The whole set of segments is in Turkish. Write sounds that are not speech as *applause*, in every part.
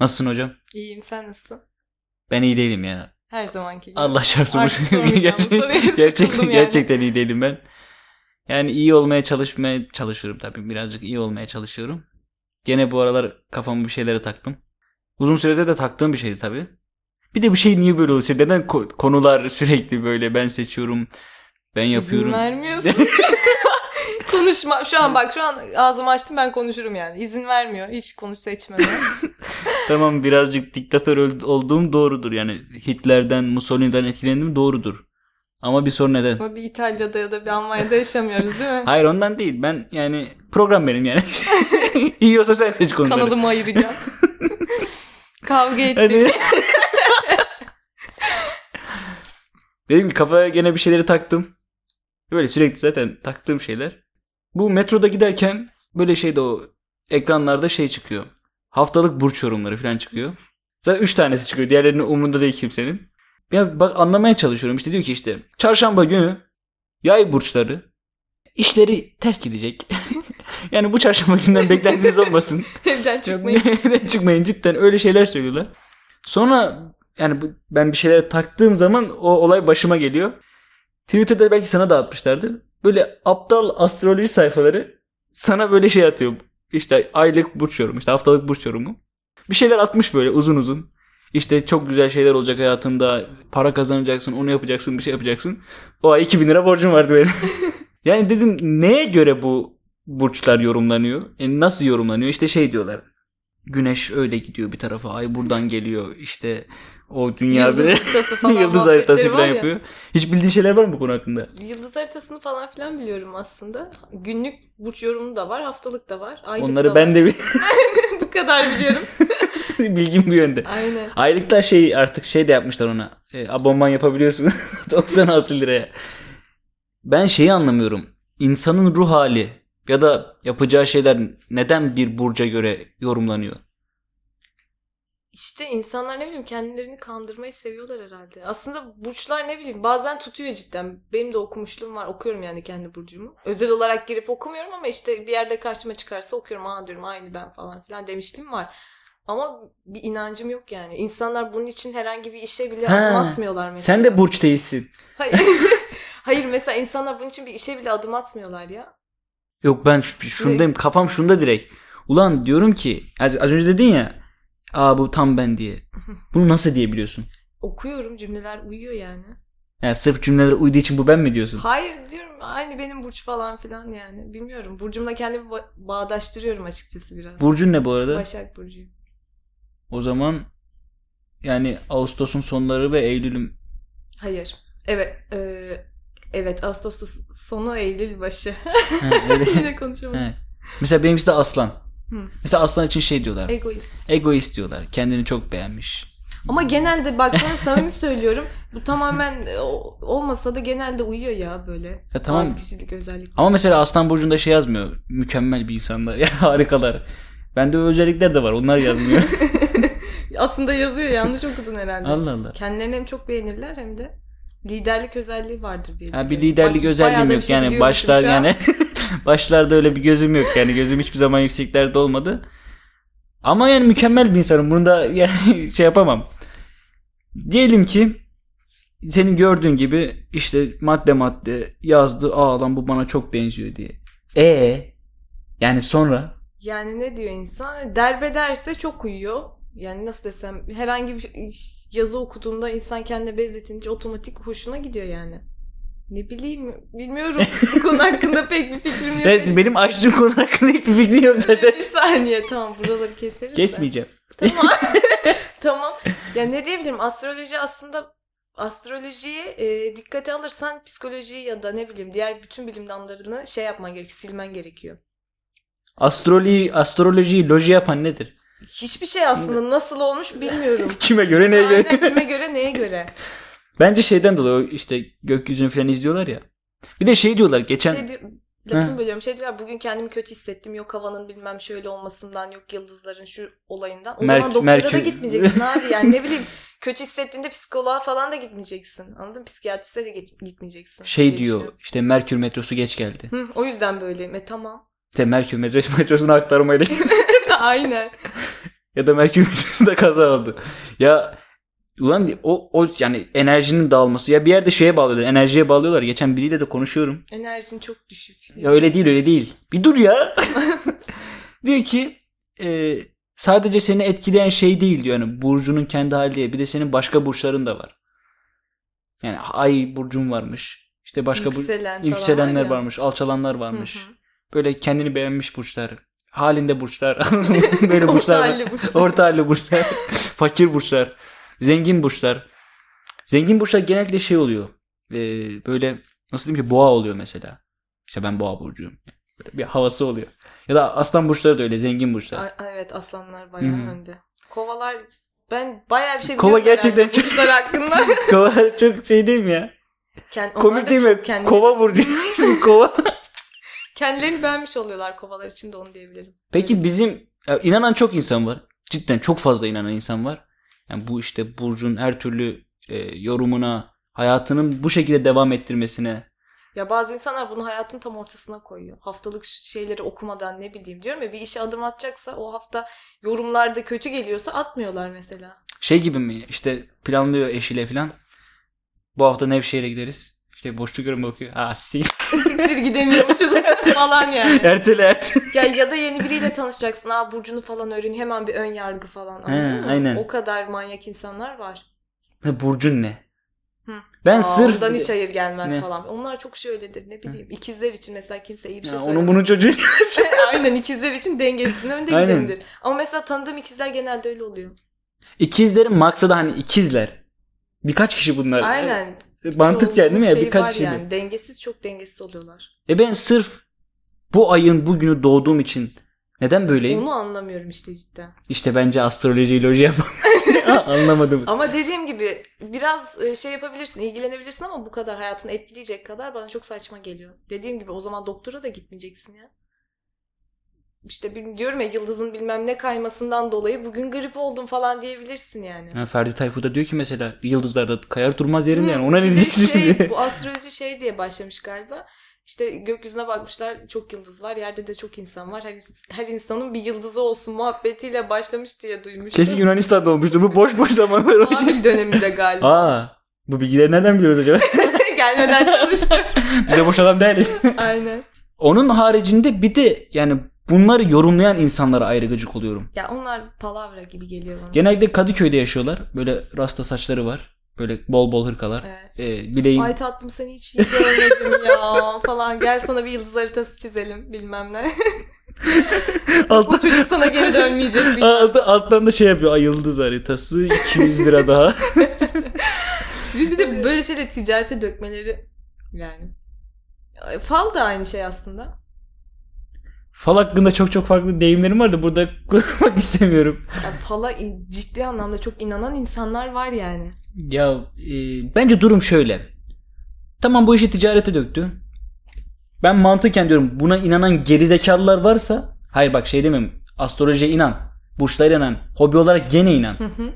Nasılsın hocam? İyiyim sen nasılsın? Ben iyi değilim ya. Her zamanki gibi. Allah çarpsın. bu- Artık sormayacağım bu Gerçek- soruyu, sıkıldım gerçek- yani. Gerçekten iyi değilim ben. Yani iyi olmaya çalışmaya çalışıyorum tabii. Birazcık iyi olmaya çalışıyorum. Gene bu aralar kafamı bir şeylere taktım. Uzun sürede de taktığım bir şeydi tabii. Bir de bu şey niye böyle oluyor? Neden ko- konular *laughs* sürekli böyle ben seçiyorum, ben yapıyorum. İzin vermiyorsun. *laughs* *laughs* Konuşma. Şu an bak şu an ağzımı açtım ben konuşurum yani. İzin vermiyor. Hiç konuş seçmeme. *laughs* tamam birazcık diktatör öl- olduğum doğrudur. Yani Hitler'den, Mussolini'den etkilendim doğrudur. Ama bir soru neden? Ama bir İtalya'da ya da bir Almanya'da yaşamıyoruz değil mi? Hayır ondan değil. Ben yani program benim yani. *laughs* İyi olsa sen seç konuları. *laughs* Kanalımı ayıracağım. Kavga ettik. Hani- Dedim ki kafaya gene bir şeyleri taktım. Böyle sürekli zaten taktığım şeyler. Bu metroda giderken böyle şeyde o ekranlarda şey çıkıyor. Haftalık burç yorumları falan çıkıyor. Zaten 3 tanesi çıkıyor. Diğerlerinin umurunda değil kimsenin. Ya bak anlamaya çalışıyorum. İşte diyor ki işte çarşamba günü yay burçları işleri ters gidecek. *laughs* yani bu çarşamba gününden beklentiniz olmasın. *laughs* Evden *laughs* çıkmayı. Çıkmayın. çıkmayın cidden öyle şeyler söylüyorlar. Sonra yani bu- ben bir şeylere taktığım zaman o olay başıma geliyor. Twitter'da belki sana da atmışlardır. Böyle aptal astroloji sayfaları sana böyle şey atıyor. İşte aylık burç yorumu, işte haftalık burç yorumu. Bir şeyler atmış böyle uzun uzun. İşte çok güzel şeyler olacak hayatında. Para kazanacaksın, onu yapacaksın, bir şey yapacaksın. O ay 2000 lira borcum vardı benim. *laughs* yani dedim neye göre bu burçlar yorumlanıyor? E nasıl yorumlanıyor? İşte şey diyorlar. Güneş öyle gidiyor bir tarafa, ay buradan geliyor. İşte o dünyada Yıldız haritası falan. *laughs* yıldız haritası muhabbetleri var falan ya. yapıyor. Hiç bildiğin şeyler var mı bu konu hakkında? Yıldız haritasını falan filan biliyorum aslında. Günlük burç yorumu da var, haftalık da var, aylık Onları da ben var. de bir *laughs* *laughs* Bu kadar biliyorum. bilgim bu yönde. Aynen. Aylıklar şey artık şey de yapmışlar ona. E, abonman yapabiliyorsun *laughs* 96 liraya. Ben şeyi anlamıyorum. İnsanın ruh hali ya da yapacağı şeyler neden bir burca göre yorumlanıyor? İşte insanlar ne bileyim kendilerini kandırmayı seviyorlar herhalde. Aslında burçlar ne bileyim bazen tutuyor cidden. Benim de okumuşluğum var. Okuyorum yani kendi burcumu. Özel olarak girip okumuyorum ama işte bir yerde karşıma çıkarsa okuyorum. Aa diyorum aynı ben falan filan demiştim var. Ama bir inancım yok yani. İnsanlar bunun için herhangi bir işe bile Ha, adım atmıyorlar mesela. Sen de burç değilsin. Hayır. *laughs* Hayır mesela insanlar bunun için bir işe bile adım atmıyorlar ya. Yok ben ş- şundayım kafam şunda direkt. Ulan diyorum ki az, az önce dedin ya. Aa bu tam ben diye. Bunu nasıl diyebiliyorsun? Okuyorum cümleler uyuyor yani. Yani sırf cümlelere uyduğu için bu ben mi diyorsun? Hayır diyorum aynı benim burç falan filan yani. Bilmiyorum. Burcumla kendimi ba- bağdaştırıyorum açıkçası biraz. Burcun ne bu arada? Başak Burcu'yum. O zaman yani Ağustos'un sonları ve Eylül'ün Hayır. Evet. eee, evet Ağustos sonu Eylül başı. Ha, öyle. Yine konuşamadım. He. Mesela benimkisi de aslan. Hı. E- Mesela aslan için şey diyorlar. Egoist. Egoist diyorlar. Kendini çok beğenmiş. Ama genelde bak sana samimi söylüyorum. Bu tamamen e, o- olmasa da genelde uyuyor ya böyle. Ya tamam. Bazı kişilik özellik. Ama mesela aslan burcunda şey yazmıyor. Mükemmel bir insanlar. *laughs* Yani harikalar. Bende o özellikler de var. Onlar yazmıyor. *laughs* Aslında yazıyor yanlış okudun herhalde. Allah Allah. Kendilerini hem çok beğenirler hem de liderlik özelliği vardır diye. Ha, bir düşünüyorum. liderlik Bak, bayağı özelliğim da bir yok. şey yani biliyormuşum başlar şu an. *laughs* yani *laughs* başlarda öyle bir gözüm yok. Yani gözüm hiçbir zaman yükseklerde olmadı. Ama yani mükemmel bir insanım. Bunu da *laughs* yani şey yapamam. Diyelim ki senin gördüğün gibi işte madde madde yazdı. Aa lan bu bana çok benziyor diye. E yani sonra Yani ne diyor insan? Derbederse çok uyuyor. Yani nasıl desem herhangi bir yazı okuduğunda insan kendine benzetince otomatik hoşuna gidiyor yani. Ne bileyim bilmiyorum. Bu konu hakkında pek bir fikrim yok. evet, benim açtığım konu hakkında hiçbir fikrim yok *laughs* zaten. bir saniye tamam buraları keseriz. de. Kesmeyeceğim. Tamam. tamam. Ya ne diyebilirim? Astroloji aslında astrolojiyi e, dikkate alırsan psikolojiyi ya da ne bileyim diğer bütün bilim dallarını şey yapman gerekiyor, silmen gerekiyor. Astroloji, astrolojiyi loji yapan nedir? *laughs* Hiçbir şey aslında nasıl olmuş bilmiyorum. Kime göre *laughs* neye göre? Aynen kime göre neye göre. Bence şeyden dolayı o işte gökyüzünü falan izliyorlar ya. Bir de şey diyorlar geçen Şey diyor, lafını bölüyorum. Şey diyorlar bugün kendimi kötü hissettim. Yok havanın bilmem şöyle olmasından, yok yıldızların şu olayından. O Merk- zaman doktora da Merkür- *laughs* gitmeyeceksin abi. Yani ne bileyim kötü hissettiğinde psikoloğa falan da gitmeyeceksin. Anladın mı? Psikiyatriste de git- gitmeyeceksin. şey diye diyor düşünüyorum. işte Merkür metrosu geç geldi. Hı, o yüzden böyleyim. E tamam. *laughs* İşte Merkür metro- metrosunu aktarmayla. Aynen. ya da Merkür Venüs'ünde *laughs* kaza oldu. Ya ulan o, o yani enerjinin dağılması. Ya bir yerde şeye bağlıyorlar. Enerjiye bağlıyorlar. Geçen biriyle de konuşuyorum. Enerjin çok düşük. Ya öyle değil öyle değil. Bir dur *laughs* ya. diyor ki e, sadece seni etkileyen şey değil diyor. Yani burcunun kendi hali değil. Bir de senin başka burçların da var. Yani ay burcun varmış. İşte başka burç Yükselen falan yükselenler var ya. varmış. Alçalanlar varmış. Hı hı. Böyle kendini beğenmiş burçlar. Halinde burçlar. *laughs* *laughs* Böyle burçlar. Orta var. halli burçlar. *laughs* Orta halli burçlar. Fakir burçlar. Zengin burçlar. Zengin burçlar genellikle şey oluyor. e, böyle nasıl diyeyim ki boğa oluyor mesela. İşte ben boğa burcuyum. Böyle bir havası oluyor. Ya da aslan burçları da öyle zengin burçlar. A- evet aslanlar bayağı Hı hı. önde. Kovalar ben bayağı bir şey Kova biliyorum herhalde gerçekten *laughs* çok- burçlar hakkında. *laughs* Kova çok şey değil mi ya? Kend- onlar Komik da değil mi? çok kendi- Kova burcu. *laughs* İsmi kova. Kendilerini beğenmiş oluyorlar kovalar için de onu diyebilirim. Peki bizim ya inanan çok insan var. Cidden çok fazla inanan insan var. Yani bu işte burcun her türlü e, yorumuna, hayatının bu şekilde devam ettirmesine. Ya bazı insanlar bunu hayatın tam ortasına koyuyor. Haftalık şu şeyleri okumadan ne bileyim diyorum ya bir işe adım atacaksa o hafta yorumlarda kötü geliyorsa atmıyorlar mesela. *laughs* Şey gibi mi? İşte planlıyor eşiyle falan. Bu hafta Nevşehir'e gideriz. İşte boşluk yorum bakıyor. Aa sil. *laughs* Siktir gidemiyormuşuz *laughs* falan yani. ertele ertele. Ya ya da yeni biriyle tanışacaksın. Aa burcunu falan öğren. Hemen bir ön yargı falan. Anladın He, mı? aynen. O kadar manyak insanlar var. Ne, Burcun ne? Hı. Ben Aa, sırf... Ondan hiç hayır gelmez Ne? falan. Onlar çok şey öyledir. Ne bileyim. İkizler için mesela kimse iyi bir şey Ya, söylemez. onun bunun çocuğu. *laughs* aynen ikizler için dengesizin önde Aynen. gidenidir. Ama mesela tanıdığım ikizler genelde öyle oluyor. İkizlerin maksadı hani ikizler. Birkaç kişi bunlar. E, Aynen. Mantık yani değil mi ya? Şey Birkaç var kişi. bu. yani. Dengesiz çok dengesiz oluyorlar. E ben sırf bu ayın bugünü doğduğum için neden böyleyim? Onu anlamıyorum işte cidden. İşte bence astrolojiyle loji yapamam. *laughs* Anlamadım. Ama dediğim gibi biraz e, şey yapabilirsin, ilgilenebilirsin ama bu kadar hayatını etkileyecek kadar bana çok saçma geliyor. Dediğim gibi o zaman doktora da gitmeyeceksin ya. İşte bil- diyorum ya yıldızın bilmem ne kaymasından dolayı bugün grip oldum falan diyebilirsin yani. Yani Ferdi Tayfur da diyor ki mesela yıldızlarda kayar durmaz yerinde Hı, yani ona ne bir de diyeceksin şey, diye. Bu astroloji şey diye başlamış galiba. İşte gökyüzüne bakmışlar çok yıldız var. Yerde de çok insan var. Her, her insanın bir yıldızı olsun muhabbetiyle başlamış diye duymuştum. Kesin Yunanistan'da olmuştur bu boş boş zamanlar. oluyor. Babil döneminde galiba. Aa bu bilgileri nereden biliyoruz acaba? *laughs* Gelmeden çalıştım. Bize boş adam değiliz. Aynen. Onun haricinde bir de yani bunları yorumlayan insanlara ayrı gıcık oluyorum. Ya onlar palavra gibi geliyor bana. Genelde Kadıköy'de yaşıyorlar. Böyle rasta saçları var. Böyle bol bol hırkalar. Evet. Ee, bileğin Ay tatlım seni hiç iyi görmedim *laughs* ya falan. Gel sana bir yıldız haritası çizelim bilmem ne. *laughs* altı Bu çocuk sana geri dönmeyecek Aa, bilmem. altta- alttan da şey yapıyor. Ay yıldız haritası 200 lira *laughs* daha. Bir bir de böyle şeyle ticarete dökmeleri yani. Ay, Fal da aynı şey aslında. Fal hakkında çok çok farklı deyimlerim var da burada *laughs* kullanmak istemiyorum. Ya fala in- ciddi anlamda çok inanan insanlar var yani. Ya e, bence durum şöyle. Tamam bu işi ticarete döktü. Ben mantıken diyorum buna inanan gerizekalılar varsa hayır bak şey demiyorum. Astrolojiye inan. Burçlara inan. Hobi olarak gene inan. Hı hı.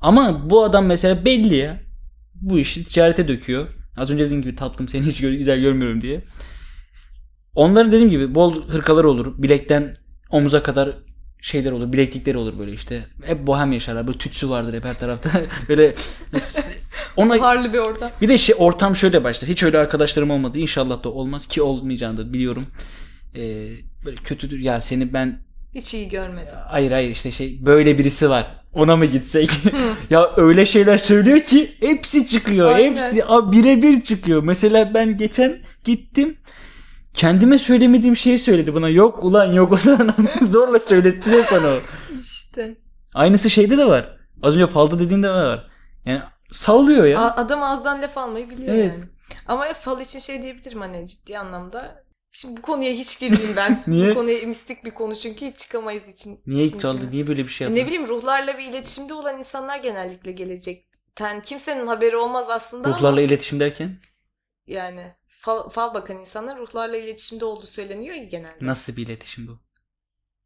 Ama bu adam mesela belli ya. Bu işi ticarete döküyor. Az önce dediğim gibi tatlım seni hiç gör- güzel görmüyorum diye. Onların dediğim gibi bol hırkalar olur. Bilekten omuza kadar şeyler olur. Bileklikleri olur böyle işte. Hep bohem yaşarlar. Böyle tütsü vardır hep her tarafta. *laughs* böyle ona Harlı bir ortam. bir de şey ortam şöyle başlar. Hiç öyle arkadaşlarım olmadı. İnşallah da olmaz ki olmayacağını da biliyorum. Ee, böyle kötüdür ya seni ben Hiç iyi görmedim. hayır hayır işte şey böyle birisi var. Ona mı gitsek? *laughs* Hı. Ya öyle şeyler söylüyor ki hepsi çıkıyor. Aynen. Hepsi a, birebir çıkıyor. Mesela ben geçen gittim. Kendime söylemediğim şeyi söyledi bana. Yok ulan yok o zaman *laughs* zorla söylettiler sana. o. İşte. Aynısı şeyde de var. Az önce falda dediğinde de var. Yani sallıyor ya. A- Adam ağızdan laf almayı biliyor Evet. yani. Ama fal için şey diyebilirim hani ciddi anlamda. Şimdi bu konuya hiç *laughs* girmeyeyim ben. Niye? Bu konuya mistik bir konu çünkü hiç çıkamayız için. niye işin ilk çaldı? içinden. Niye böyle bir şey yaptı? Ne bileyim ruhlarla bir iletişimde olan insanlar genellikle gelecekten kimsenin haberi olmaz aslında Ruhlarla ama iletişim derken yani fal, fal bakan insanlar ruhlarla iletişimde olduğu söyleniyor ya genelde. nasıl bir iletişim bu?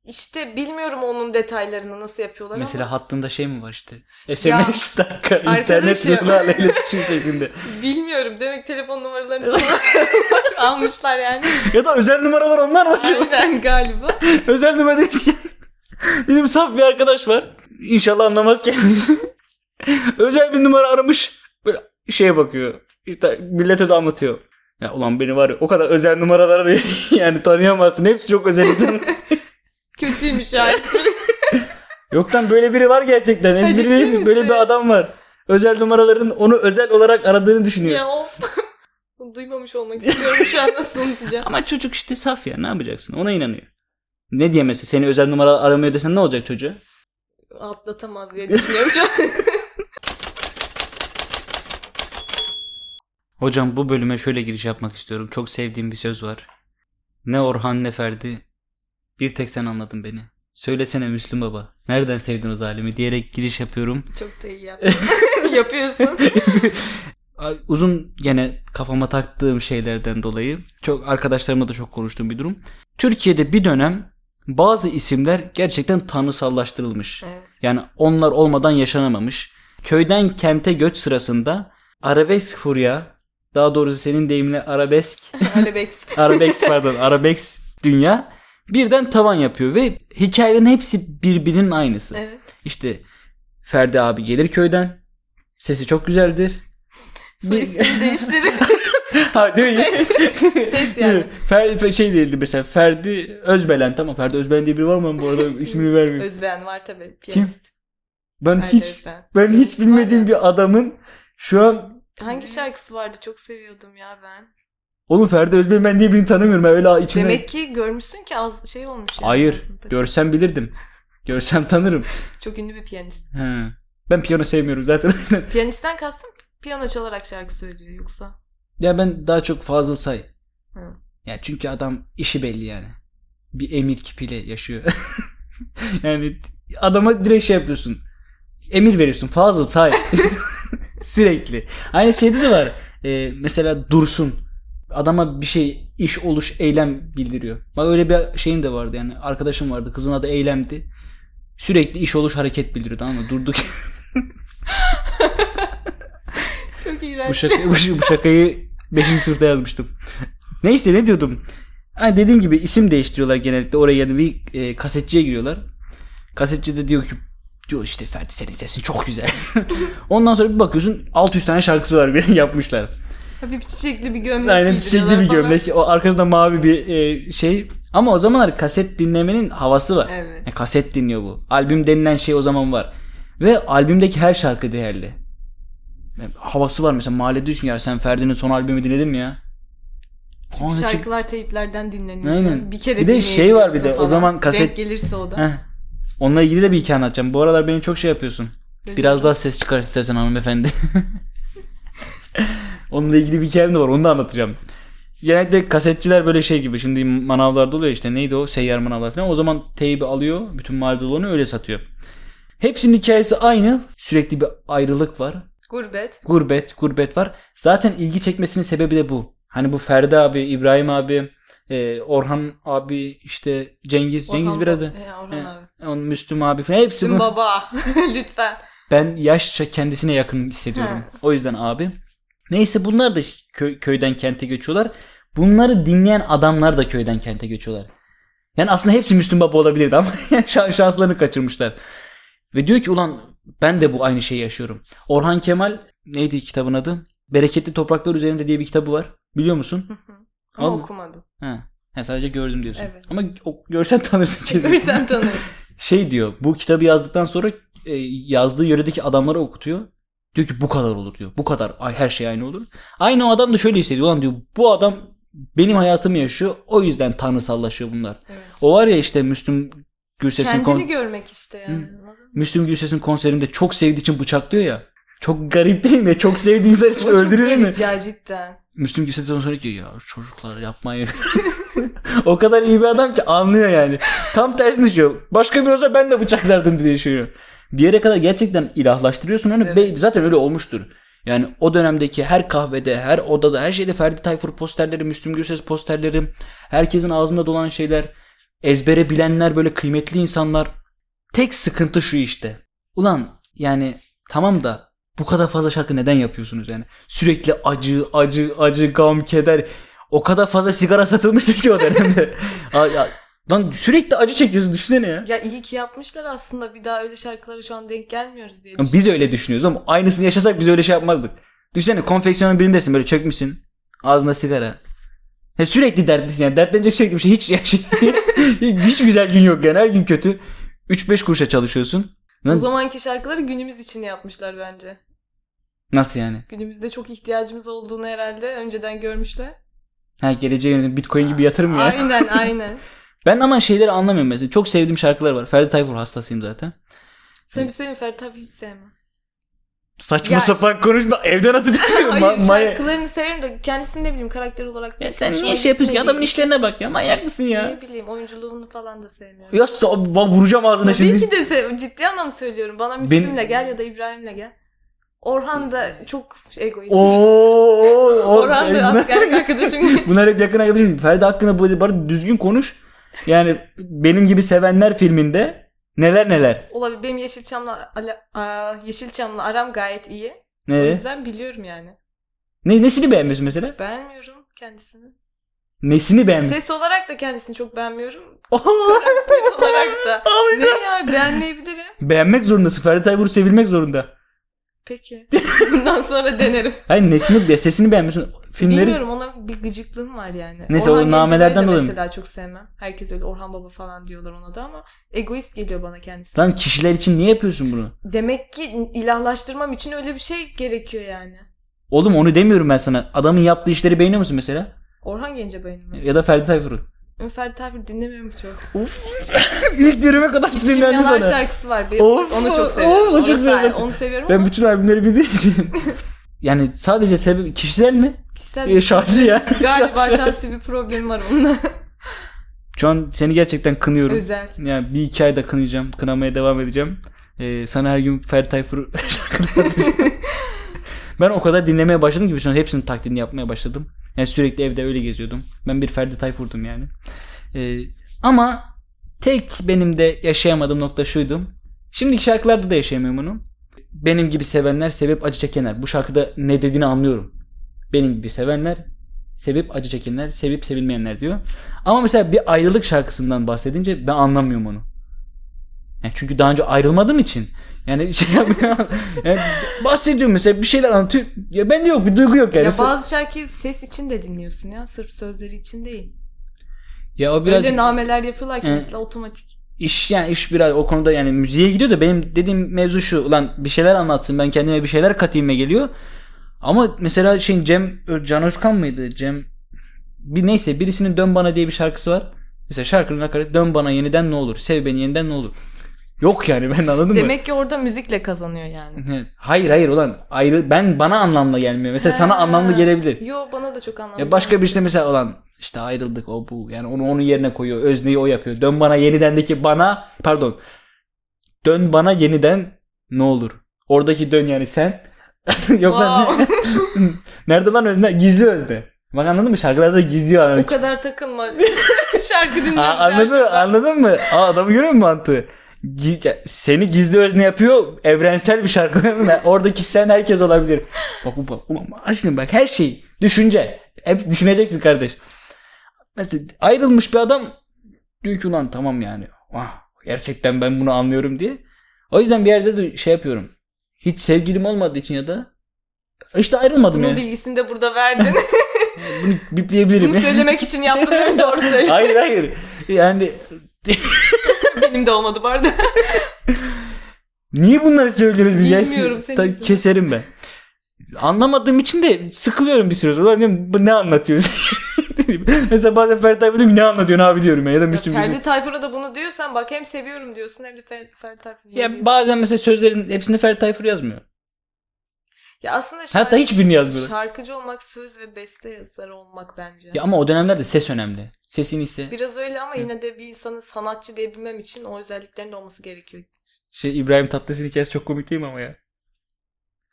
İşte bilmiyorum onun detaylarını nasıl yapıyorlar Mesela ama hattında şey mi var işte? Ya, SMS *laughs* dakika internet arkadaşım. ruhlarla iletişim şeklinde. bilmiyorum demek telefon *laughs* numaralarını falan *laughs* almışlar yani. ya da özel numaralar onlar mı acaba? Aynen galiba. *laughs* Özel numara değil ki. Bizim saf bir arkadaş var. İnşallah anlamaz kendisi. *laughs* Özel bir numara aramış. Böyle şeye bakıyor. İşte millete de anlatıyor. Ya ulan beni var ya o kadar özel numaralar arıyor. *laughs* yani tanıyamazsın. Hepsi çok özel *laughs* insan. *laughs* Kötüymüş yani. Yoktan böyle biri var gerçekten. Espri ciddi değil mi? misin? Böyle bir adam var. Özel numaraların onu özel olarak aradığını düşünüyor. ya of. *laughs* Bunu duymamış olmak istiyorum şu an nasıl unutacağım. Ama çocuk işte saf ya ne yapacaksın ona inanıyor. Ne diye mesela seni özel numara aramıyor desen ne olacak çocuğa? Atlatamaz diye düşünüyorum şu an. Hocam bu bölüme şöyle giriş yapmak istiyorum. Çok sevdiğim bir söz var. Ne Orhan ne Ferdi. Bir tek sen anladın beni. Söylesene Müslüm Baba. Nereden sevdin o zalimi diyerek giriş yapıyorum. Çok da *laughs* iyi yaptın. Yapıyorsun. Ay, Uzun gene kafama taktığım şeylerden dolayı çok arkadaşlarımla da çok konuştuğum bir durum. Türkiye'de bir dönem bazı isimler gerçekten tanrısallaştırılmış. Evet. Yani onlar olmadan yaşanamamış. Köyden kente göç sırasında arabesk furya, daha doğrusu senin deyiminle arabesk, Arabex. arabesk pardon, arabesk dünya birden tavan yapıyor ve hikayelerin hepsi birbirinin aynısı. Evet. İşte Ferdi abi gelir köyden, sesi çok güzeldir. Soy ismini değiştirir. *laughs* ha değil mi? Ses yani. Ferdi şey değildi mesela Ferdi Özbelen tamam Ferdi Özbelen diye biri var mı ben bu arada *laughs* ismini vermiyorum. Özben var tabii. Piyanist. Ben Ferdi hiç Özben. ben hiç bilmediğim Var bir adamın şu an Hangi şarkısı vardı? Çok seviyordum ya ben. Oğlum Ferdi Özbey ben diye birini tanımıyorum. Ben Öyle içimde. Demek ki görmüşsün ki az şey olmuş. yani Hayır. aslında. Görsem bilirdim. Görsem tanırım. Çok ünlü bir piyanist. He. Ben piyano sevmiyorum zaten. Piyanistten kastım piyano çalarak şarkı söylüyor yoksa. ya ben daha çok Fazıl Say. Hı. Ya çünkü adam işi belli yani. Bir emir kipiyle yaşıyor. *laughs* yani adama direkt şey yapıyorsun. Emir veriyorsun. Fazıl Say. *laughs* Sürekli. Aynı şeyde de var. Ee, mesela Dursun. Adama bir şey iş oluş eylem bildiriyor. Bak öyle bir şeyin de vardı yani. Arkadaşım vardı. Kızın adı Eylem'di. Sürekli iş oluş hareket bildiriyor tamam mı? Durduk. Çok bu, iğrenç. şaka, bu, ş- bu şakayı 5. sınıfta yazmıştım. Neyse ne diyordum? Ha, dediğim gibi isim değiştiriyorlar genellikle. Oraya yani bir e, kasetçiye giriyorlar. Kasetçi de diyor ki diyor işte Ferdi senin sesin çok güzel. *laughs* Ondan sonra bir bakıyorsun 600 tane şarkısı var bir *laughs* yapmışlar. Hafif çiçekli bir gömlek Aynen giydiriyorlar çiçekli bir falan. gömlek. O arkasında mavi bir e, şey. Ama o zamanlar kaset dinlemenin havası var. Evet. Ya E, kaset dinliyor bu. Albüm denilen şey o zaman var. Ve albümdeki her şarkı değerli. Yani havası var mesela mahallede düşün ya sen Ferdi'nin son albümü dinledin mi ya? Aa, ne çok- Şarkılar teyiplerden dinleniyor. Aynen. Bir kere Bir de şey var bir de, dinleyebiliyorsun o falan. zaman kaset- Denk gelirse o da. Heh. Onunla ilgili de bir hikaye anlatacağım. Bu aralar beni çok şey yapıyorsun. Biraz daha ses çıkar istersen hanımefendi. *laughs* Onunla ilgili bir hikayem de var. Onu da anlatacağım. Genellikle kasetçiler böyle şey gibi. Şimdi manavlarda oluyor işte. Neydi o? Seyyar manavlar falan. O zaman teybi alıyor. Bütün mahallede olanı öyle satıyor. Hepsinin hikayesi aynı. Sürekli bir ayrılık var. Gurbet. Gurbet, gurbet var. Zaten ilgi çekmesinin sebebi de bu. Hani bu Ferdi abi, İbrahim abi, e, Orhan abi, işte Cengiz. Cengiz Orhan biraz da. Baba- He, Orhan He. abi. on Müslüm abi falan. Hepsi Tüm bu. baba. *laughs* *laughs* Lütfen. Ben yaşça kendisine yakın hissediyorum. Ha. O yüzden abi. Neyse bunlar da kö- köyden kente göçüyorlar. Bunları dinleyen adamlar da köyden kente göçüyorlar. Yani aslında hepsi Müslüm Baba olabilirdi ama *laughs* şan- şanslarını kaçırmışlar. Ve diyor ki ulan ben de bu aynı şeyi yaşıyorum. Orhan Kemal neydi kitabın adı? Bereketli Topraklar Üzerinde diye bir kitabı var. Biliyor musun? Hı hı. Ama Al. *laughs* okumadım. Ha. Ha, sadece gördüm diyorsun. Evet. Ama o- görsen tanırsın kesin *laughs* Görsem tanırım. şey diyor bu kitabı yazdıktan sonra e, yazdığı yöredeki adamlara okutuyor. Diyor ki bu kadar olur diyor. Bu kadar ay her şey aynı olur. Aynı o adam da şöyle hissediyor lan diyor bu adam benim hayatımı yaşıyor. O yüzden tanrısallaşıyor bunlar. Evet. O var ya işte Müslüm Gürses'in Kendini kon- görmek işte yani. anladın mı? Müslüm Gürses'in konserinde çok sevdiği için bıçaklıyor ya. Çok garip değil mi? Çok sevdiği insan O için çok öldürülür mü? garip Ya cidden. Müslüm Gürses'ten sonra ki ya çocuklar yapmayın. *laughs* o kadar iyi bir adam ki anlıyor yani. Tam tersini düşünüyor. Başka bir olsa ben de bıçaklardım diye düşünüyor. Bir yere kadar gerçekten ilahlaştırıyorsun onu. Evet. Ve zaten öyle olmuştur. Yani o dönemdeki her kahvede, her odada, her şeyde Ferdi Tayfur posterleri, Müslüm Gürses posterleri, herkesin ağzında dolan şeyler, ezbere bilenler böyle kıymetli insanlar. Tek sıkıntı şu işte. Ulan yani tamam da bu kadar fazla şarkı neden yapıyorsunuz yani? Sürekli acı, acı, acı, gam, keder. O kadar fazla sigara satılmıştı ki o dönemde. Ha, ya, Lan sürekli acı çekiyorsun düşünsene ya. Ya iyi ki yapmışlar aslında. Bir daha öyle şarkılara şu an denk gelmiyoruz diye. Ama Biz öyle düşünüyoruz ama aynısını yaşasak biz öyle şey yapmazdık. Düşünsene konfeksiyonun birindesin böyle çökmüşsün. Ağzında sigara. Ya sürekli dertlisin yani. Dertlenecek sürekli bir şey. Hiç, ya *laughs* şey- hiç güzel gün yok yani. Her gün kötü. 3-5 kuruşa çalışıyorsun. O Lan zamanki şarkıları günümüz için yapmışlar bence. Nasıl yani? Günümüzde çok ihtiyacımız olduğunu herhalde önceden görmüşler. Ha geleceğe yönelik bitcoin gibi yatırım ya. Aynen *laughs* aynen. Ben ama şeyleri anlamıyorum mesela. Çok sevdiğim şarkılar var. Ferdi Tayfur hastasıyım zaten. Sana bir söyleyeyim Ferdi abi hiç sevmem. Saçma Ya- sapan konuşma. Evden *laughs* atacaksın. Hayır Ma- Maya- şarkılarını severim de kendisini ne bileyim karakter olarak. Ya sen hoşuma niye şey yapıyorsun? ki? gitmediği Adamın için. işlerine bak ya. Manyak mısın ya? Ne bileyim oyunculuğunu falan da sevmiyorum. Ya sa- va- vuracağım ağzına Tabii şimdi. ki de sev- ciddi anlamda söylüyorum. Bana Müslüm'le gel ya da İbrahim'le gel. Orhan da çok egoist. Oo, oo, oo. Orhan *laughs* da askerlik arkadaşım. *laughs* Bunlar hep yakın arkadaşım. Ferdi hakkında böyle bari düzgün konuş. Yani benim gibi sevenler filminde neler neler. Olabilir. Benim Yeşilçam'la, ala- aa, Yeşilçam'la aram gayet iyi. O Ne, yüzden biliyorum yani. ne nesini beğenmiyorsun mesela? Beğenmiyorum kendisini. Nesini beğenmiyorsun? Ses olarak da kendisini çok beğenmiyorum. *laughs* Oo, Ses olarak *laughs* da. ağlayacağım. ne ya beğenmeyebilirim. Beğenmek zorundasın. Ferdi Tayfur sevilmek zorunda. *laughs* Peki. Bundan sonra denerim. Hayır nesini be sesini beğenmiyorsun. Filmleri Bilmiyorum ona bir gıcıklığım var yani. Neyse, o Gencebay'ı namelerden da dolayı mı? mesela çok sevmem. Herkes öyle Orhan Baba falan diyorlar ona da ama egoist geliyor bana kendisi. Lan kişiler için niye yapıyorsun bunu? Demek ki ilahlaştırmam için öyle bir şey gerekiyor yani. Oğlum onu demiyorum ben sana. Adamın yaptığı işleri beğeniyor musun mesela? Orhan Gencebay'ın mı? Ya da Ferdi Tayfur'un. Ferdi Tayfur dinlemiyorum ki çok. *laughs* Uf. *laughs* İlk dürüme kadar Şimdi sinirlendi Yanar sana. şarkısı var benim. Of, onu çok of, seviyorum. onu Onu, çok sa- seviyorum. onu seviyorum Ben ama bütün albümleri bildiğim için. yani sadece sebep kişisel mi? kişisel Ee, *laughs* şahsi ya. galiba Şahsi. şahsi bir problemim var onunla. *laughs* Şu an seni gerçekten kınıyorum. Özel. Yani bir iki ayda kınayacağım. Kınamaya devam edeceğim. Ee, sana her gün Ferdi *laughs* Tayfur şarkıları atacağım. Ben o kadar dinlemeye başladım ki sonra hepsinin taklidini yapmaya başladım. Yani sürekli evde öyle geziyordum. Ben bir Ferdi Tayfur'dum yani. Ee, ama tek benim de yaşayamadığım nokta şuydu. Şimdiki şarkılarda da yaşayamıyorum onu. Benim gibi sevenler sebep acı çekenler. Bu şarkıda ne dediğini anlıyorum. Benim gibi sevenler sebep acı çekenler, sevip sevilmeyenler diyor. Ama mesela bir ayrılık şarkısından bahsedince ben anlamıyorum onu. Yani çünkü daha önce ayrılmadığım için yani şey *laughs* yapmıyorum. yani bahsediyorum mesela bir şeyler anlatıyor. Ya bende yok bir duygu yok yani. Ya Sen- bazı şarkıyı ses için de dinliyorsun ya. Sırf sözleri için değil. ya o biraz Öyle nameler yapıyorlar ki Evet. mesela otomatik. iş yani iş biraz o konuda yani müziğe gidiyor da benim dediğim mevzu şu ulan bir şeyler anlatsın ben kendime bir şeyler katayım'a geliyor. Ama mesela şeyin Cem Can Özkan mıydı? Cem bir neyse birisinin Dön Bana diye bir şarkısı var. Mesela şarkının nakaratı Dön Bana yeniden ne olur? Sev beni yeniden ne olur? Yok yani ben anladın mı? Demek ki orada müzikle kazanıyor yani. Evet. Hayır hayır ulan ayrı ben bana anlamlı gelmiyor. Mesela sana Ha. anlamlı gelebilir. Yo bana da çok anlamlı. Ya başka bir şey işte mesela olan işte ayrıldık o bu yani onu onun yerine koyuyor. Özneyi o yapıyor. Dön bana yenidendeki bana pardon. Dön bana yeniden ne olur? Oradaki dön yani sen. *laughs* Yok lan. Wow. *laughs* Nerede lan özne? Gizli özne. Bak anladın mı? Şarkılarda da gizli yani. o kadar takılma. *laughs* Şarkı dinliyoruz. Aa, her anladın, şeyden. anladın mı? Aa, adamı görüyor musun mantığı? Gi- ya, Seni gizli özne yapıyor. Evrensel bir şarkı. *laughs* Yani Oradaki sen herkes olabilir. Bak bu bak. Ulan aşkım bak her şey. Düşünce. Hep düşüneceksin kardeş. Mesela ayrılmış bir adam diyor ki ulan tamam yani. Ah, gerçekten ben bunu anlıyorum diye. O yüzden bir yerde de şey yapıyorum. Hiç sevgilim olmadığı için ya da işte ayrılmadım Bunun yani. bilgisini de *laughs* burada verdin. Bunu bipleyebilirim. *laughs* Bunu söylemek için yaptın değil mi? Doğru söyle. hayır hayır. Yani Benim de olmadı bu arada. Niye bunları söylüyoruz biz? ya? Bilmiyorum, senin Ta- yüzünden. Keserim ben. Anlamadığım için de sıkılıyorum bir süre sonra. Ulan diyorum, bu ne anlatıyorsun? *laughs* Mesela bazen Ferdi Tayfur diyor ki, ne anlatıyorsun abi diyorum ya. Ya da Ya Müslüm Gürses. Ferdi Tayfur'a da bunu diyorsan bak hem seviyorum diyorsun hem de Fer- Ferdi Tayfur'u Ya diyorsun. bazen mesela sözlerin hepsini Ferdi Tayfur yazmıyor. Ya aslında şarkı, Hatta hiçbirini yazmıyor. şarkıcı olmak söz ve beste yazarı olmak bence. Ya ama o dönemlerde ses önemli. Sesin ise Biraz öyle ama Hı. yine de bir insanın sanatçı diyebilmem için o özelliklerin de olması gerekiyor. şey İbrahim Tatlıses hikayesi çok komik değil mi ama ya?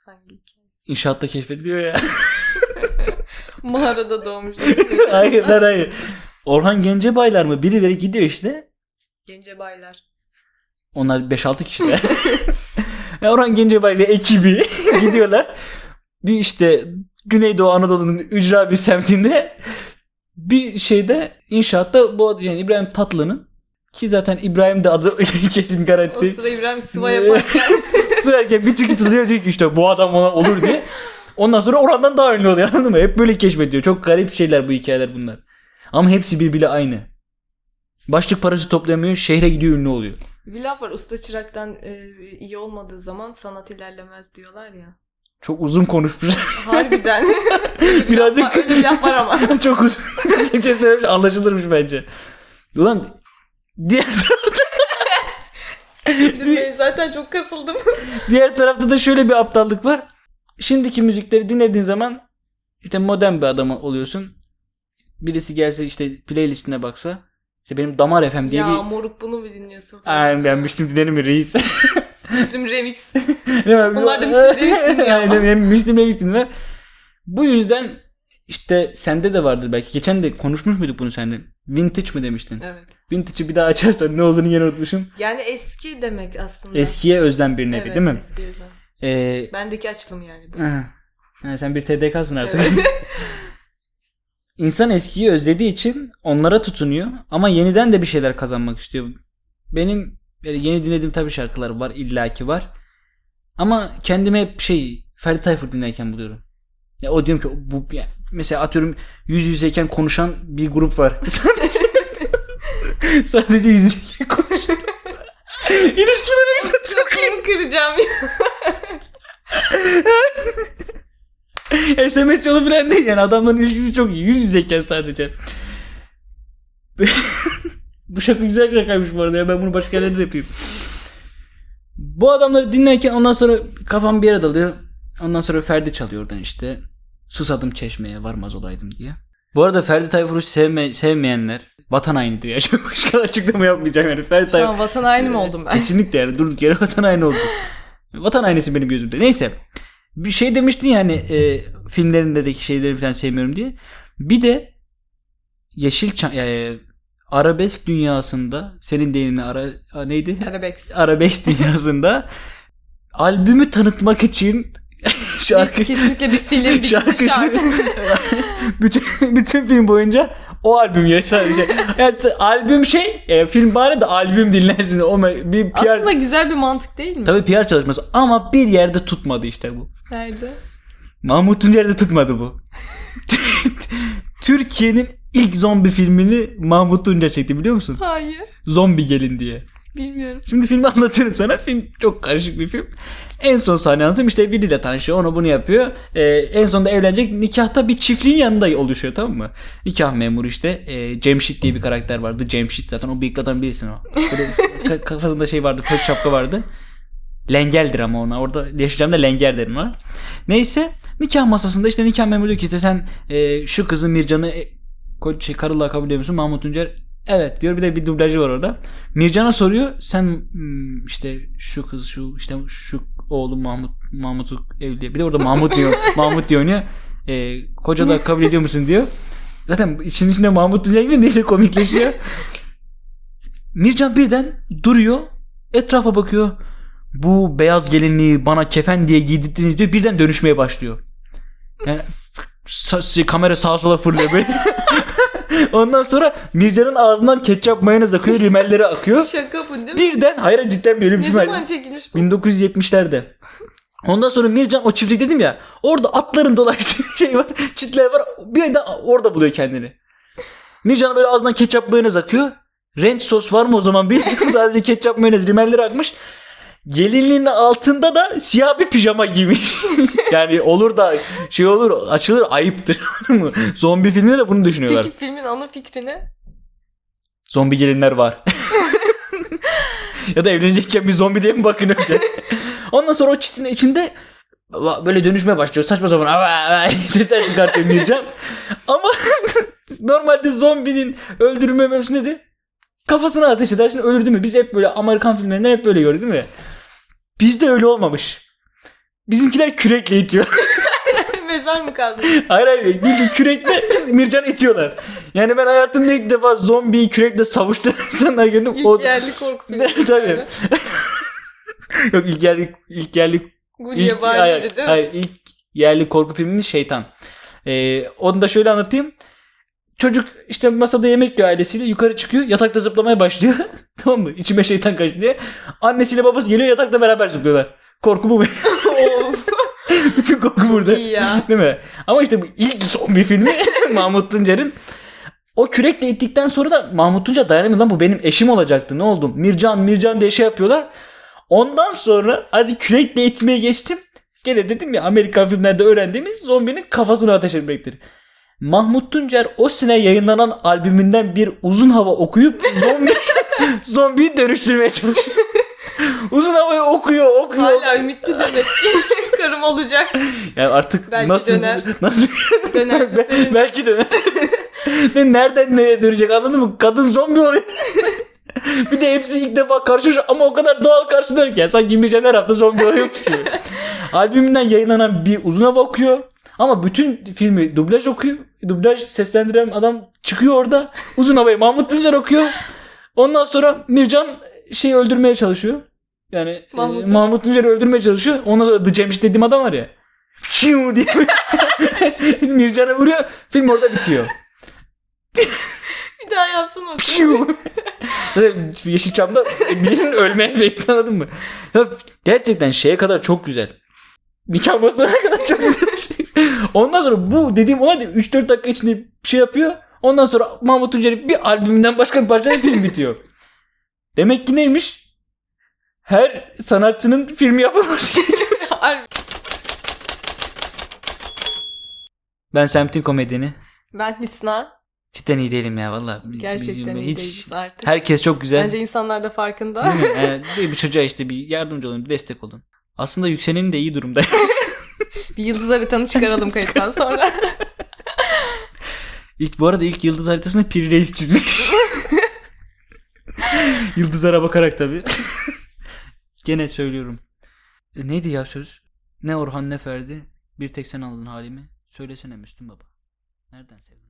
Hangi hikayesi? İnşaatta keşfediliyor ya. Mağarada doğmuş. *laughs* *laughs* hayır lan hayır. Orhan Gencebaylar mı? Birileri gidiyor işte. Gencebaylar. Onlar 5-6 kişiler. *laughs* Ya Orhan Gencebay ve ekibi *laughs* gidiyorlar. Bir işte Güneydoğu Anadolu'nun ücra bir semtinde Bir şeyde inşaatta bu yani İbrahim Tatlı'nın ki zaten İbrahim de adı *laughs* kesin garanti. O değil. sıra İbrahim *laughs* Sıva yaparken Sırarken bir türkü tutuyor diyor ki işte bu adam ona olur diye. Ondan sonra oradan daha ünlü oluyor anladın mı? Hep böyle keşfediyor. Çok garip şeyler bu hikayeler bunlar. Ama hepsi birbiriyle aynı. Başlık parası toplamıyor, şehre gidiyor ünlü oluyor. bir laf var usta çıraktan e, iyi olmadığı zaman sanat ilerlemez diyorlar ya. Çok uzun konuşmuş. *laughs* Harbiden. Öyle bir laf Birazcık var- öyle bir laf *laughs* var ama. çok uzun. Kısaca söylemiş, anlaşılırmış bence. Ulan diğer Bildim ben zaten çok kasıldım. *laughs* Diğer tarafta da şöyle bir aptallık var. Şimdiki müzikleri dinlediğin zaman işte modern bir adam oluyorsun. Birisi gelse işte playlistine baksa işte benim Damar FM diye ya bir moruk bunu mu dinliyorsun? Aynen ben Müslüm dinlerim mi *laughs* reis? *laughs* Müslüm Remix. Bunlar Onlar da Müslüm Revis dinliyor ama. Aynen hem Müslüm Revis dinler. Bu yüzden işte sende de vardır belki. Geçen de konuşmuş muyduk bunu seninle? Vintage mi demiştin? Evet. Vintage'ı bir daha açarsan ne olduğunu yine unutmuşum. Yani eski demek aslında. Eskiye özlem bir nevi Evet, değil mi? eski özlem. Ee, Bendeki açılım *laughs* yani bu. Ha. Ha, sen bir TDK'sın artık. Evet. *laughs* *laughs* İnsan eskiyi özlediği için onlara tutunuyor ama yeniden de bir şeyler kazanmak istiyor. Benim böyle yeni dinlediğim tabii şarkılar var illaki var. Ama kendime hep şey Ferdi Tayfur dinlerken buluyorum. Ya o diyorum ki bu ya, mesela atıyorum yüz yüzeyken konuşan bir grup *laughs* var. Sadece sadece yüz yüzeyken *laughs* konuşan. İlişkilerimiz çok Kafamı kıracağım ya. *laughs* SMS yolu falan değil yani adamların ilişkisi çok iyi. Yüz yüzeyken sadece. *laughs* bu şaka güzel bir şakaymış bu arada ya ben bunu başka yerlerde de yapayım. Bu adamları dinlerken ondan sonra kafam bir yere dalıyor. Ondan sonra Ferdi çalıyor oradan işte. Susadım çeşmeye varmaz olaydım diye. Bu arada Ferdi Tayfur'u sevme, sevmeyenler vatan hainidir ya. *laughs* Çok başka açıklama yapmayacağım yani. Ferdi Tayfur. Tamam vatan haini mi *laughs* oldum ben? Kesinlikle yani durduk yere vatan haini oldu. vatan hainesi benim gözümde. Neyse. Bir şey demiştin yani e, filmlerindeki şeyleri falan sevmiyorum diye. Bir de Yeşilçam e, arabesk dünyasında senin deyiminle ara a, *laughs* neydi? Arabex. Arabesk dünyasında albümü tanıtmak için şarkı Kesinlikle bir *laughs* film, bir dizi şarkı. bütün bütün film boyunca o albüm yaşar. Şey. Yani albüm şey, e, film bari de albüm dinlensin. O me- bir PR Aslında güzel bir mantık değil mi? Tabii PR çalışması ama bir yerde tutmadı işte bu. Nerede? Mahmut Tuncer de tutmadı bu. *laughs* Türkiye'nin ilk zombi filmini Mahmut Tuncer çekti biliyor musun? Hayır. Zombi Gelin diye. Bilmiyorum. Şimdi filmi anlatıyorum sana. Film çok karışık bir film. En son sahne anlatayım. İşte biriyle tanışıyor. Onu bunu yapıyor. Ee, en sonunda evlenecek. Nikahta bir çiftliğin yanında oluşuyor tamam mı? Nikah memuru işte. Ee, Cemşit diye bir karakter vardı. Cemşit zaten o bıyıkladan birisin o. Böyle ka- kafasında şey vardı. Kötü şapka vardı. Lengeldir ama ona. Orada yaşayacağımda lenger derim ona. Neyse. Nikah masasında işte nikah memuru diyor ki işte sen e, şu kızı Mircan'ı e, ko- şey, karılığa kabul ediyor musun? Mahmut Tuncer evet diyor. Bir de bir dublajı var orada. Mircan'a soruyor sen hmm, işte şu kız şu işte şu oğlum Mahmut Mahmut'u evli. Bir de orada Mahmut diyor. Mahmut diyor oynuyor. Ee, koca da kabul ediyor musun diyor. Zaten işin içinde Mahmut Dünya gidince neyse komikleşiyor. Mircan birden duruyor. Etrafa bakıyor. Bu beyaz gelinliği bana kefen diye giydirdiniz diyor. Birden dönüşmeye başlıyor. Yani sa- kamera sağa sola fırlıyor böyle. *laughs* Ondan sonra Mircan'ın ağzından ketçap mayonez akıyor. Rimelleri akıyor. Şaka bu değil mi? Birden hayır cidden böyle bir Ne film var. zaman çekilmiş bu? 1970'lerde. Ondan sonra Mircan o çiftlik dedim ya. Orada atların dolaştığı *laughs* şey var. Çitler var. Bir anda orada buluyor kendini. Mircan böyle ağzından ketçap mayonez akıyor. Ranch sos var mı o zaman bir *laughs* sadece ketçap mayonez rimelleri akmış. Gelinliğinin altında da siyah bir pijama giymiş. *laughs* yani olur da şey olur açılır ayıptır. *laughs* Zombi filminde de bunu düşünüyorlar. Peki filmin ana fikri ne? Zombi gelinler var. ya da evlenecekken bir zombi diye mi bakın önce? Ondan sonra o çitin içinde böyle dönüşmeye başlıyor. Saçma sapan "Ava, ava" sesler çıkartıyor Mircan. Ama *laughs* normalde zombinin öldürülme mevzusu nedir? Kafasına ateş edersin ölür değil mi? Biz hep böyle Amerikan filmlerinden hep böyle gördük değil mi? Bizde öyle olmamış. Bizimkiler kürekle itiyor. *laughs* *laughs* Mezar mı kazdın? hayır hayır bildiğin kürekle Mircan itiyorlar. Yani ben hayatımda ilk defa zombiyi kürekle savuşturan insanlar gördüm. İlk O, yerli *laughs* korku filmi. Evet, tabii. Yok ilk yerli ilk yerli ilk, hayır, Gulyabani'di değil mi? hayır, ilk yerli korku filmimiz Şeytan. Ee, onu da şöyle anlatayım. Çocuk işte masada yemek yiyor ailesiyle yukarı çıkıyor yatakta zıplamaya başlıyor. *laughs* tamam mı? İçime şeytan kaçtı diye. Annesiyle babası geliyor yatakta beraber zıplıyorlar. Korku bu. *laughs* *laughs* of. Bütün korku burada. iyi ya. *laughs* Değil mi? Ama işte bu ilk zombi filmi *laughs* Mahmut Tuncer'in. O kürekle ittikten sonra da Mahmut Tuncer dayanamıyor lan bu benim eşim olacaktı. Ne oldu? Mircan Mircan diye şey yapıyorlar. Ondan sonra hadi kürekle itmeye geçtim. Gene dedim ya Amerikan filmlerde öğrendiğimiz zombinin kafasını ateş etmektir. Mahmut Tuncer o sene yayınlanan albümünden bir uzun hava okuyup zombi, *laughs* zombiyi dönüştürmeye *laughs* çalışıyor. uzun havayı okuyor okuyor. Hala ümitli demek ki. *laughs* Karım olacak. Ya artık Belki nasıl döner. nasıl *laughs* Dönerse Be- sevindim. belki döner. ne nereden nereye dönecek anladın mı? Kadın zombi oluyor. *laughs* bir de hepsi ilk defa karşılaşıyor ama o kadar doğal karşılıyor ki. Yani sanki Mircan her hafta zombi oluyormuş gibi. Albümünden yayınlanan bir uzun hava okuyor. Ama bütün filmi dublaj okuyor. Dublaj seslendiren adam çıkıyor orada. Uzun havayı Mahmut Tuncer okuyor. Ondan sonra Mircan şeyi öldürmeye çalışıyor. Yani e, Mahmut, Mahmut'u. Tuncer'i öldürmeye çalışıyor. Ondan sonra The Cemiş dediğim adam var ya. Şiu diye *laughs* Mircan'a vuruyor. Film orada bitiyor. Bir daha yapsana o zaman. Pşiu. *laughs* Yeşilçam'da birinin ölmeye bekliyor anladın mı? Ya gerçekten şeye kadar çok güzel. Nikah masasına kadar çok güzel bir şey. Ondan sonra bu dediğim olay da 3-4 dakika içinde bir şey yapıyor. Ondan sonra Mahmut Tuncer'in bir albümünden başka bir parçayla film bitiyor. Demek ki neymiş? Her sanatçının filmi yapılması gerekiyor. *laughs* Harbi. Ben semtin komedini Ben Hüsna. cidden iyi değilim ya valla. Gerçekten iyi değiliz artık. Herkes çok güzel. Bence insanlar da farkında. Değil mi? Yani bir bir çocuğa işte bir yardımcı olun, bir destek olun. Aslında yükselenin de iyi durumda. *laughs* bir yıldız haritanı çıkaralım kayıttan sonra. ilk, bu arada ilk yıldız haritasını Piri Reis çizmiş. Yıldızlara bakarak tabii. *laughs* Gene söylüyorum. E, Neydi ya söz? Ne Orhan ne Ferdi? Bir tek sen aldın halimi. Söylesene Müslüm Baba. Nereden sevdin?